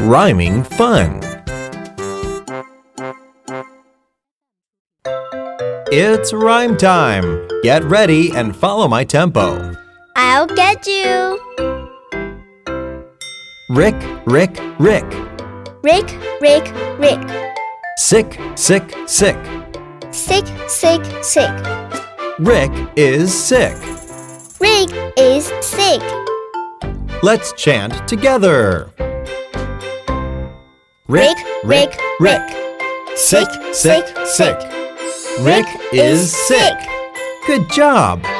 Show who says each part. Speaker 1: Rhyming fun. It's rhyme time. Get ready and follow my tempo.
Speaker 2: I'll get you.
Speaker 1: Rick, Rick, Rick.
Speaker 2: Rick, Rick, Rick.
Speaker 1: Sick, sick, sick.
Speaker 2: Sick, sick, sick.
Speaker 1: Rick is sick.
Speaker 2: Rick is sick.
Speaker 1: Let's chant together.
Speaker 2: Rick, Rick, Rick.
Speaker 1: Sick, sick, sick. Rick is sick. Good job.